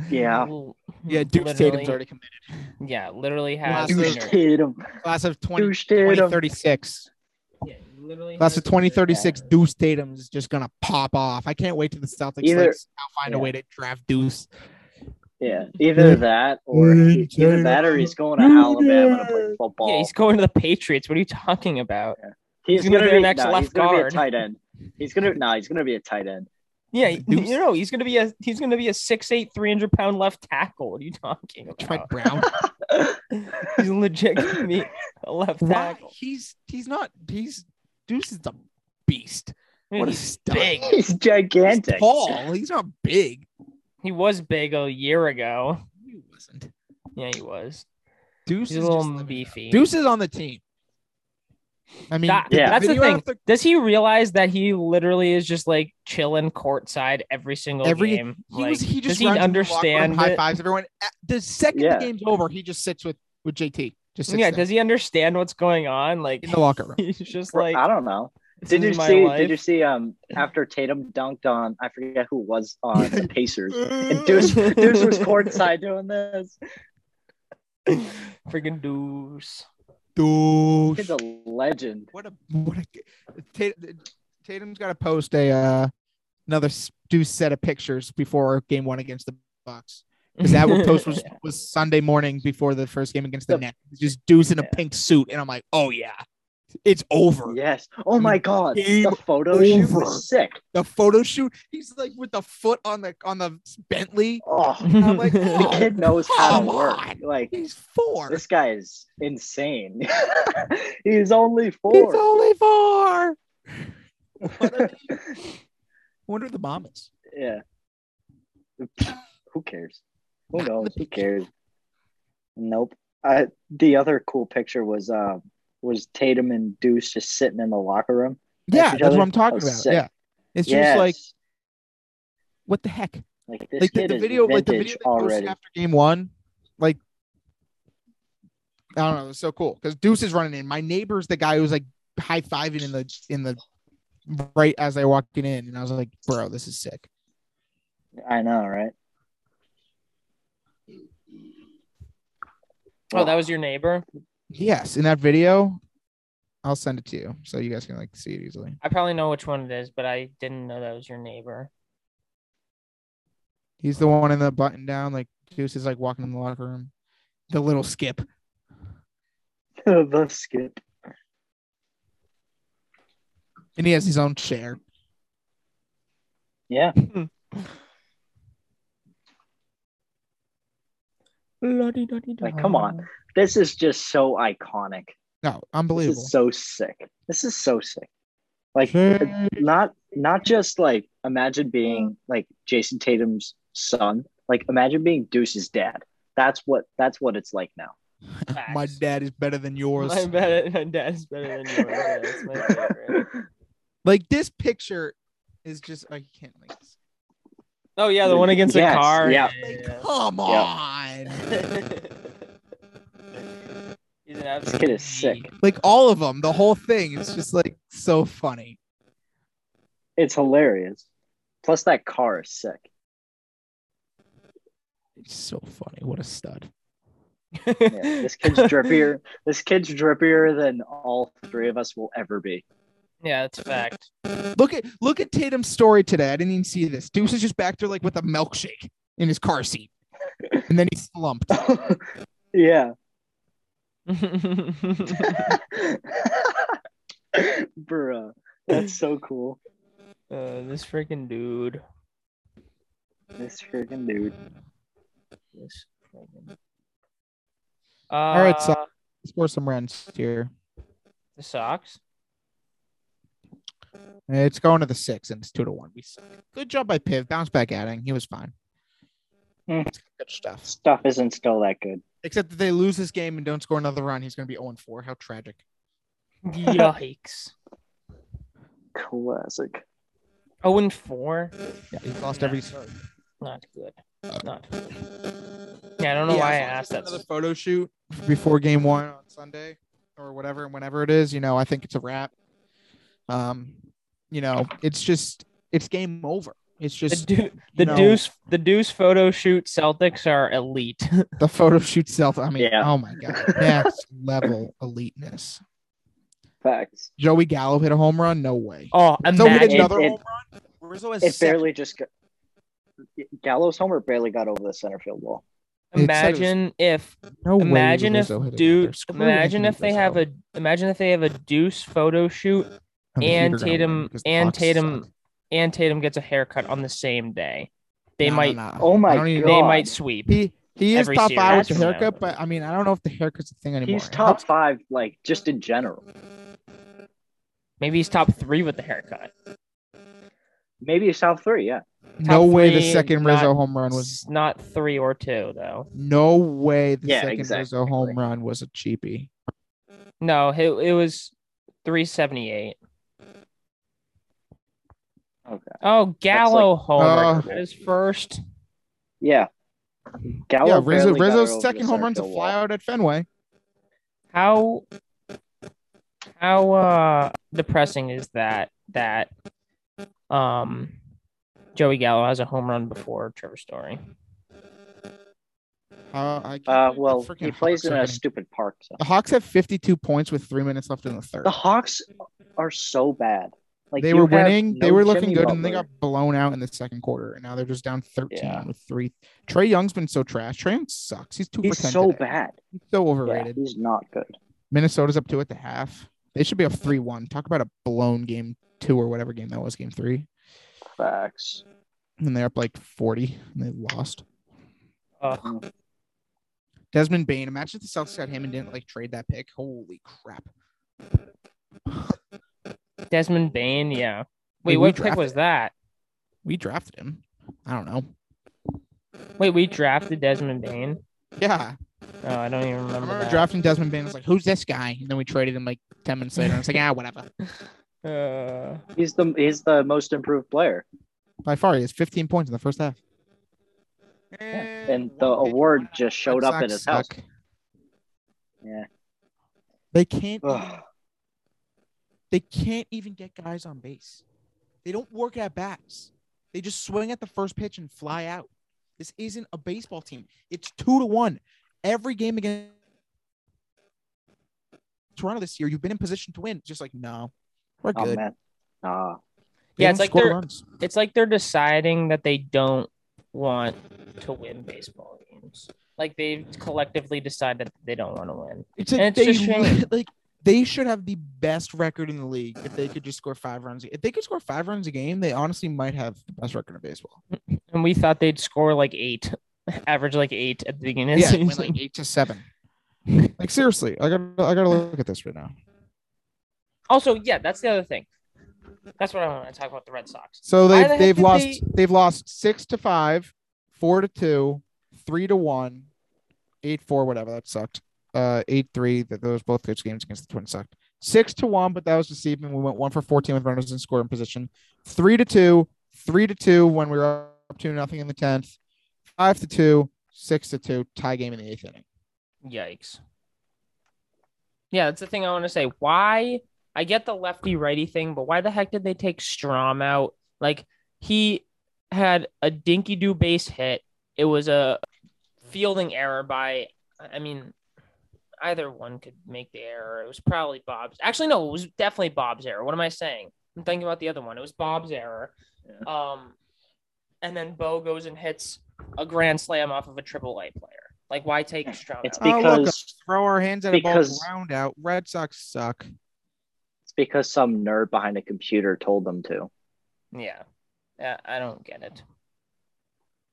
Yeah. He'll- yeah, Duke Tatum's literally- already committed. Yeah, literally has. Wow. Douche Leonard. Tatum. Class of 20, Douche Tatum. 2036. Yeah, literally Class has of 2036, Leonard. Deuce Tatum is just gonna pop off. I can't wait till the Celtics Either- like, somehow find a yeah. way to draft Deuce. Yeah. Mm-hmm. Either that or Douche he- either that or he's going to Tatum. Alabama to play football. Yeah, he's going to the Patriots. What are you talking about? he's, he's gonna, gonna be be the next nah, left he's gonna guard. Be a tight end. He's gonna no, he's gonna be a tight end. Yeah, Deuce- you know he's gonna be a he's gonna be a 6'8", 300 pound left tackle. What are you talking Trent Oh. about? Brown. He's legit gonna be a left Why? tackle. He's he's not he's Deuce is a beast. Dude, What a he's stud. big. He's He's gigantic. tall. He's not big. He was big a year ago. He wasn't. Yeah, he was. Deuce He's a is just little living it up. beefy. Deuce is on the team. I mean, That- did yeah. that's the video thing. have to- Does he realize that he literally is just like chilling courtside every single Every- game? he like, was he does just he runs in the locker room, understand? high it? fives everyone. Uh, The second Yeah. the game's over, he just sits with with JT. Just sits Yeah, there does he understand what's going on? Like in the locker room. he's just Bro, like, I don't know. "This Did is you my see? life." Did you see? Um, after Tatum dunked on, I forget who it was on the Pacers. Dude, And Deuce, Deuce was courtside doing this. Friggin' deuce. He's a legend. what a what a Tatum, Tatum's got to post a uh, another s- do set of pictures before game one against the Bucks because that was post was, was Sunday morning before the first game against the The- Nets. It's Just Deuce in a Yeah. pink suit, and I'm like, oh yeah, it's over. Yes. Oh my God. Game The photo shoot over. was sick. The photo shoot, he's like with the foot on the on the Bentley. Oh, I'm like, the Oh, kid knows how come to work. on. Like He's four. this guy is insane. He's only He's four. only four. What a name. wonder if the mom is. Yeah. Who cares? Who Not in knows? the Who picture. cares? Nope. I, the other cool picture was uh, was Tatum and Deuce just sitting in the locker room. Yeah, each that's what other. I'm talking That about. was sick. Yeah, it's Yes. just like what the heck? like this like the, kid the is video, like vintage the video they posted already. after game one, like I don't know, it's so cool because Deuce is running in. My neighbor's the guy who's like high fiving in the in the right as they walked in, and I was like, bro, this is sick. I know, right? Oh, that was your neighbor. Yes, in that video, I'll send it to you so you guys can like see it easily. I probably know which one it is, but I didn't know that was your neighbor. He's the one in the button down, like Deuce is like walking in the locker room. The little skip. the skip. And he has his own chair. Yeah. Like, come on. This is just so iconic. No, This unbelievable. Hmm. is so sick. This is so sick. Like Sure. not not just like imagine being like Jason Tatum's son. Like imagine being Deuce's dad. That's what that's what it's like now. My Facts. dad is better than yours. My, better, my dad's better than yours. Yeah, that's my favorite. Like this picture is just I can't like. this. Oh yeah, the one against Yes, the car. yeah. Like, yeah. come on. He's an absolute kid is sick. G. Like all of them, the whole thing. It's just like so funny. It's hilarious. Plus that car is sick. It's so funny. What a stud. Yeah, this kid's drippier. This kid's drippier than all three of us will ever be. Yeah, that's a fact. Look at look at Tatum's story today. I didn't even see this. Deuce is just back there like with a milkshake in his car seat, and then he slumped. yeah. Uh, oh Bruh. That's so cool. this freaking dude. This freaking dude. This freaking. right, so- Uh, Score some runs here. the socks. It's going to the six, and it's two to one. We suck. Good job by Piv. Bounce back adding. He was fine. Mm. It's Good stuff. Stuff isn't still that good. Except that they lose this game and don't score another run, he's going to be 0 4. How tragic. Yikes. Classic. Oh, and four. Yeah, he's lost every. Uh. Not good. Not. Good. Yeah, I don't know why I asked that. Another photo shoot before game one on Sunday or whatever, and whenever it is, you know, I think it's a wrap. Um, you know, it's just it's game over. It's The, just du- the no. deuce, the deuce photo shoot Celtics are elite. the photo shoot self. I mean, Yeah. oh my god, next level eliteness. Facts. Joey Gallo hit a home run. No way. Oh, So hit imagine. another It- it- home run. Rizzo has It six. barely just got. Gallows homer barely got over the center field wall. it said it was- Imagine if No way imagine if Rizzo hit another. dude Screw imagine Anthony if they Rizzo. have a imagine if they have a deuce photo shoot I mean, and you're gonna win Tatum- because the and Hawks Tatum- suck. and Tatum gets a haircut on the same day. They No, no, might no. Oh my I don't even- God. they might sweep. He he is Every top five with the series. haircut, but I mean I don't know if the haircut's a thing anymore. He's top five, like just in general. Maybe he's top three with the haircut. Maybe he's top three. Yeah. No top way the three, second not- Rizzo home run was. It's not three or two though. No way the Yeah, second Rizzo exactly. home run was a cheapie. No, it, it was 378. Okay. Oh, Gallo homer. Oh. Uh, that is first. Yeah. Gallo yeah, Rizzo, barely got her over Rizzo's the second home run to center fly wall. out at Fenway. How how uh depressing is that that um Joey Gallo has a home run before Trevor Story. Uh, I can't Uh, believe the well, freaking he plays Hawks in are a getting- stupid park. So. The Hawks have 52 points with three minutes left in the third. The Hawks are so bad. Like they you were have winning. they no were looking Jimmy good, and they got Butler. blown out in the second quarter. And now they're just down 13 Yeah. with three. Trey Young's been so trash. Trey Young sucks. He's two for He's 10 so today. bad. He's so Yeah, overrated. he's not good. Minnesota's up two at the half. They should be up three one. Talk about a blown game two or whatever game that was, game three. Facts. And they're up like 40 and they lost. Uh, Desmond Bain. Imagine if the Celtics got him and didn't like trade that pick. Holy crap. Desmond Bain, yeah. Hey, we Wait, what pick drafted- was that? We drafted him. I don't know. Wait, we drafted Desmond Bain. Yeah. Oh, I don't even remember. I remember that. drafting Desmond Bain. I was like, who's this guy? And then we traded him like 10 minutes later. And it's like, ah, whatever. Uh, He's the he's the most improved player. By far, he has 15 points in the first half. And the award just showed up Red at his Sox house. suck. Yeah. They can't. Ugh. They can't even get guys on base. They don't work at bats. They just swing at the first pitch and fly out. This isn't a baseball team. It's two to one. Every game against Toronto this year, you've been in position to win. Just like, no, we're Oh good. man. Nah. They Yeah, it's don't like score they're- runs. it's like they're deciding that they don't want to win baseball games. Like they collectively decide that they don't want to win. It's like And it's they a shame. like they should have the best record in the league if they could just score five runs. If they could score five runs a game, they honestly might have the best record in baseball. And we thought they'd score like eight, average like eight at the beginning. Yeah, of the it went season. like eight to seven. like seriously, I gotta I gotta look at this right now. Also, yeah, that's the other thing. That's what I want to talk about the Red Sox. So Why they've the heck they've did lost they- they... have lost six to five, four to two, three to one, eight four, whatever. That sucked. Uh eight three. That those both those games against the twins sucked. Six to one, but that was deceiving. We went one for fourteen with runners in scoring position. Three to two, three to two when we were up two nothing in the tenth, five to two, six to two, tie game in the eighth inning. Yikes. Yeah, that's the thing I want to say. Why? I get the lefty righty thing, but why the heck did they take Strom out? Like he had a dinky do base hit. It was a fielding error by. I mean, either one could make the error. It was probably Bob's. Actually, no, it was definitely Bob's error. What am I saying? I'm thinking about the other one. It was Bob's error. Um, and then Bo goes and hits a grand slam off of a triple A player. Like, why take Strom? It's out? Oh, look, because Throw our hands at Because- a ball round out. Red Sox suck. it's because some nerd behind a computer told them to. Yeah. Uh, I don't get it.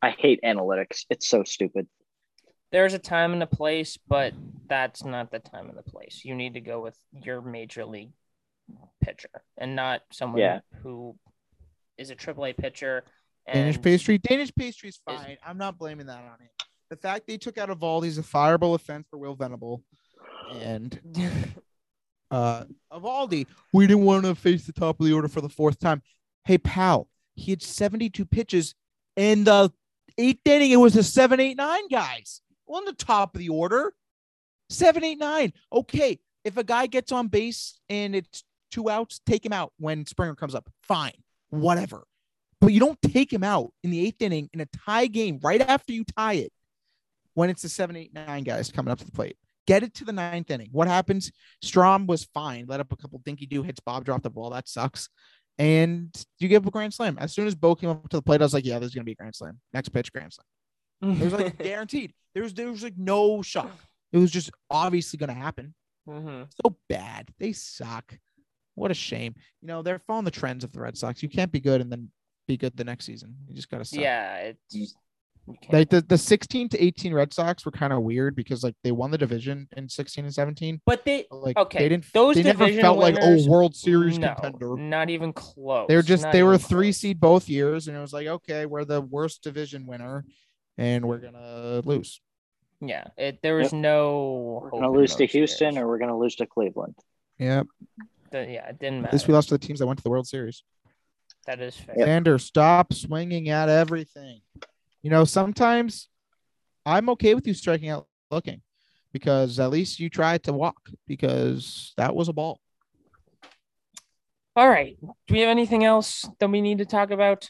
I hate analytics. It's so stupid. There's a time and a place, but that's not the time and the place. You need to go with your major league pitcher and not someone Yeah. who is a AAA pitcher. And Danish pastry. Danish pastry is fine. I'm not blaming that on it. The fact they took out Evaldi is a fireable offense for Will Venable. And uh Evaldi, we didn't want to face the top of the order for the fourth time. Hey, pal, he had 72 pitches in the eighth inning. It was the seven, eight, nine guys on the top of the order. Seven, eight, nine. Okay. If a guy gets on base and it's two outs, take him out when Springer comes up. Fine. Whatever. But you don't take him out in the eighth inning in a tie game right after you tie it when it's the seven, eight, nine guys coming up to the plate. Get it to the ninth inning. What happens? Strom was fine. Let up a couple dinky do hits. Bob dropped the ball. That sucks and you give up a grand slam. As soon as Bo came up to the plate, I was like, "Yeah, there's gonna be a grand slam. Next pitch, grand slam." It was like guaranteed. There was there was like no shock. It was just obviously gonna happen. Mhm. So bad. They suck. What a shame. You know they're following the trends of the Red Sox. You can't be good and then be good the next season. You just gotta suck. Yeah. It's just, you can't- Like the, the 16 to 18 Red Sox were kind of weird because like they won the division in 16 and 17. but they, but, Like Okay, they didn't those they never division felt like winners- a World Series no, contender. not even close. They were just Not they were even three close. seed both years, and it was like, okay, we're the worst division winner, and we're gonna lose. Yeah. It, there was no. We're gonna lose to Houston or we're gonna lose to Cleveland. Yep. Th- yeah, it didn't At matter. least we lost to the teams that went to the World Series. that is fair. Xander, stop swinging at everything. You know, sometimes I'm okay with you striking out looking because at least you tried to walk because that was a ball. All right. Do we have anything else that we need to talk about?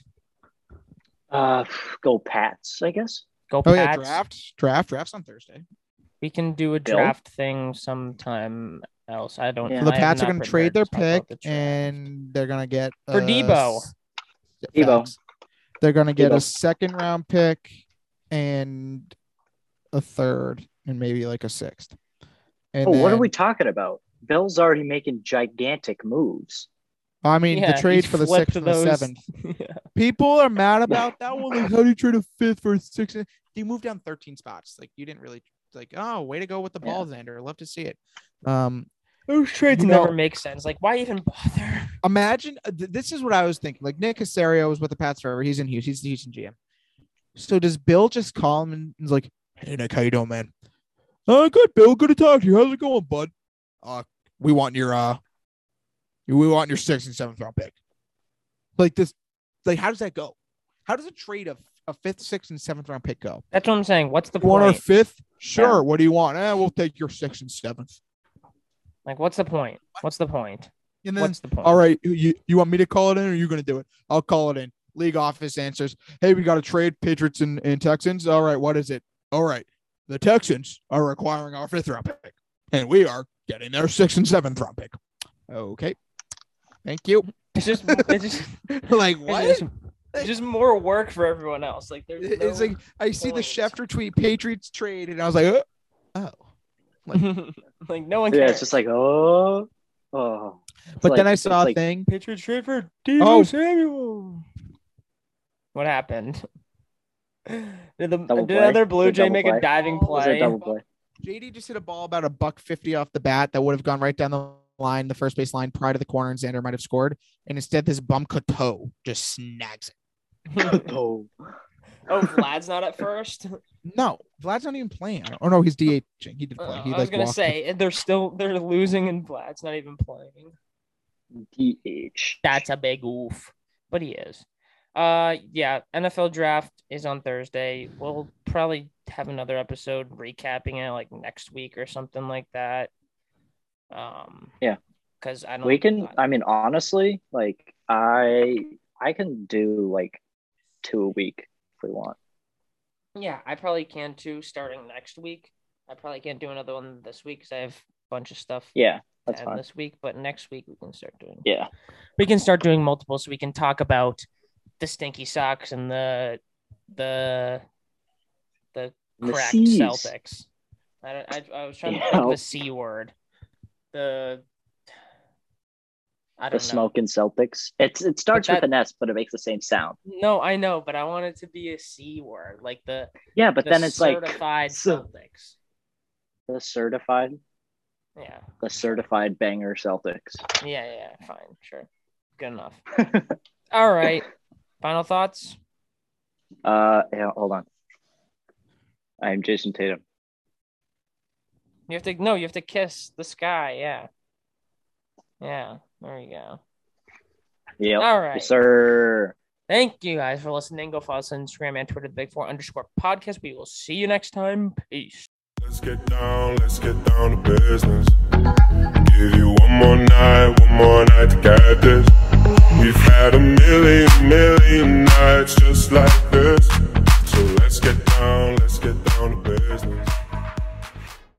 Uh, go Pats, I guess. Go Oh, yeah, Pats. draft, draft, drafts on Thursday. We can do a Bill? draft thing sometime else. I don't. Yeah. know. So the I am Pats are not going to trade prepared their to talk about pick the draft. and they're going to get For uh, Debo. s- Debo. facts. They're going to get a Debo. second round pick and a third and maybe like a sixth. And Oh, what are then- we talking about? Bill's already making gigantic moves. I mean, Yeah, the trade he for the flipped sixth and the those- seventh. Yeah. People are mad about that one. Like, how do you trade a fifth for a sixth? You moved down 13 spots. Like, you didn't really like. Oh, way to go with the Yeah. ball, Xander. Love to see it. Um, Those trades You know- never make sense. Like, why even bother? imagine uh, th- this is what I was thinking. Like Nick Casario was with the Pats forever. He's in Houston. He's the Houston GM. So does Bill just call him and he's like, "Hey Nick, how you doing, man? Uh, good, Bill. Good to talk to you. How's it going, bud? Uh, we want your uh, we want your sixth and seventh round pick. Like this, like how does that go? How does a trade of a fifth, sixth, and seventh round pick go? That's what I'm saying. What's the You want our point? fifth? Sure. What do you want? Eh, we'll take your sixth and seventh. Like, what's the point? What's the point? And then What's the point? All right, you, you want me to call it in or you're going to do it? I'll call it in. League office answers. Hey, we got a trade, Patriots and, and Texans. All right, what is it? All right, the Texans are requiring our fifth round pick, and we are getting their sixth and seventh round pick. Okay. Thank you. It's just, it's just, like, it's just, it's just more work for everyone else. Like, there's It's no- like, I see the point. Schefter tweet, Patriots trade, and I was like, oh, oh. like no one Yeah, cares. it's just like oh, oh. It's But like- then I it's saw like, a thing. Patriots trade for Debo Oh. Samuel. What happened? Did, the, Double did play. another Blue Did Jay double make a play. diving It was a play? double play. JD just hit a ball about a buck fifty off the bat that would have gone right down the line, the first base line, prior to the corner, and Xander might have scored. And instead, this bum Coteau just snags it. Oh, oh, Vlad's not at first. No, Vlad's not even playing. Oh no, he's DHing. He did play. Uh, He I was like gonna walked. say they're still they're losing and Vlad's not even playing. DH. That's a big oof, but he is. Uh, yeah. NFL draft is on Thursday. We'll probably have another episode recapping it like next week or something like that. Um, Yeah. because I don't. We can. I- I mean, honestly, like I, I can do like two a week if we want. Yeah, I probably can too starting next week. I probably can't do another one this week because I have a bunch of stuff Yeah, to that's end fine. this week. But next week we can start doing. Yeah, We can start doing multiple, so we can talk about the stinky socks and the the the The cracked Cs. Celtics. I, don't, I I was trying to Yeah. think of the c word. The I the don't know. smoking Celtics. It's it starts But with an S, but it makes the same sound. No, I know, but I want it to be a c word, like the Yeah, but the then it's like certified so- Celtics. the certified, Yeah. the certified banger Celtics. Yeah, yeah, fine, sure. Good enough. All right. Final thoughts? Uh, yeah, hold on. I am Jason Tatum. You have to no, you have to kiss the sky, yeah. Yeah, there you go. Yep. All right. Yes, sir. Thank you guys for listening. Go follow us on Instagram and Twitter, the big four underscore podcast. We will see you next time. Peace. Let's get down, let's get down to business. Give you one more night, one more night to get this. We've had a million, million nights just like this. So let's get down, let's get down to business.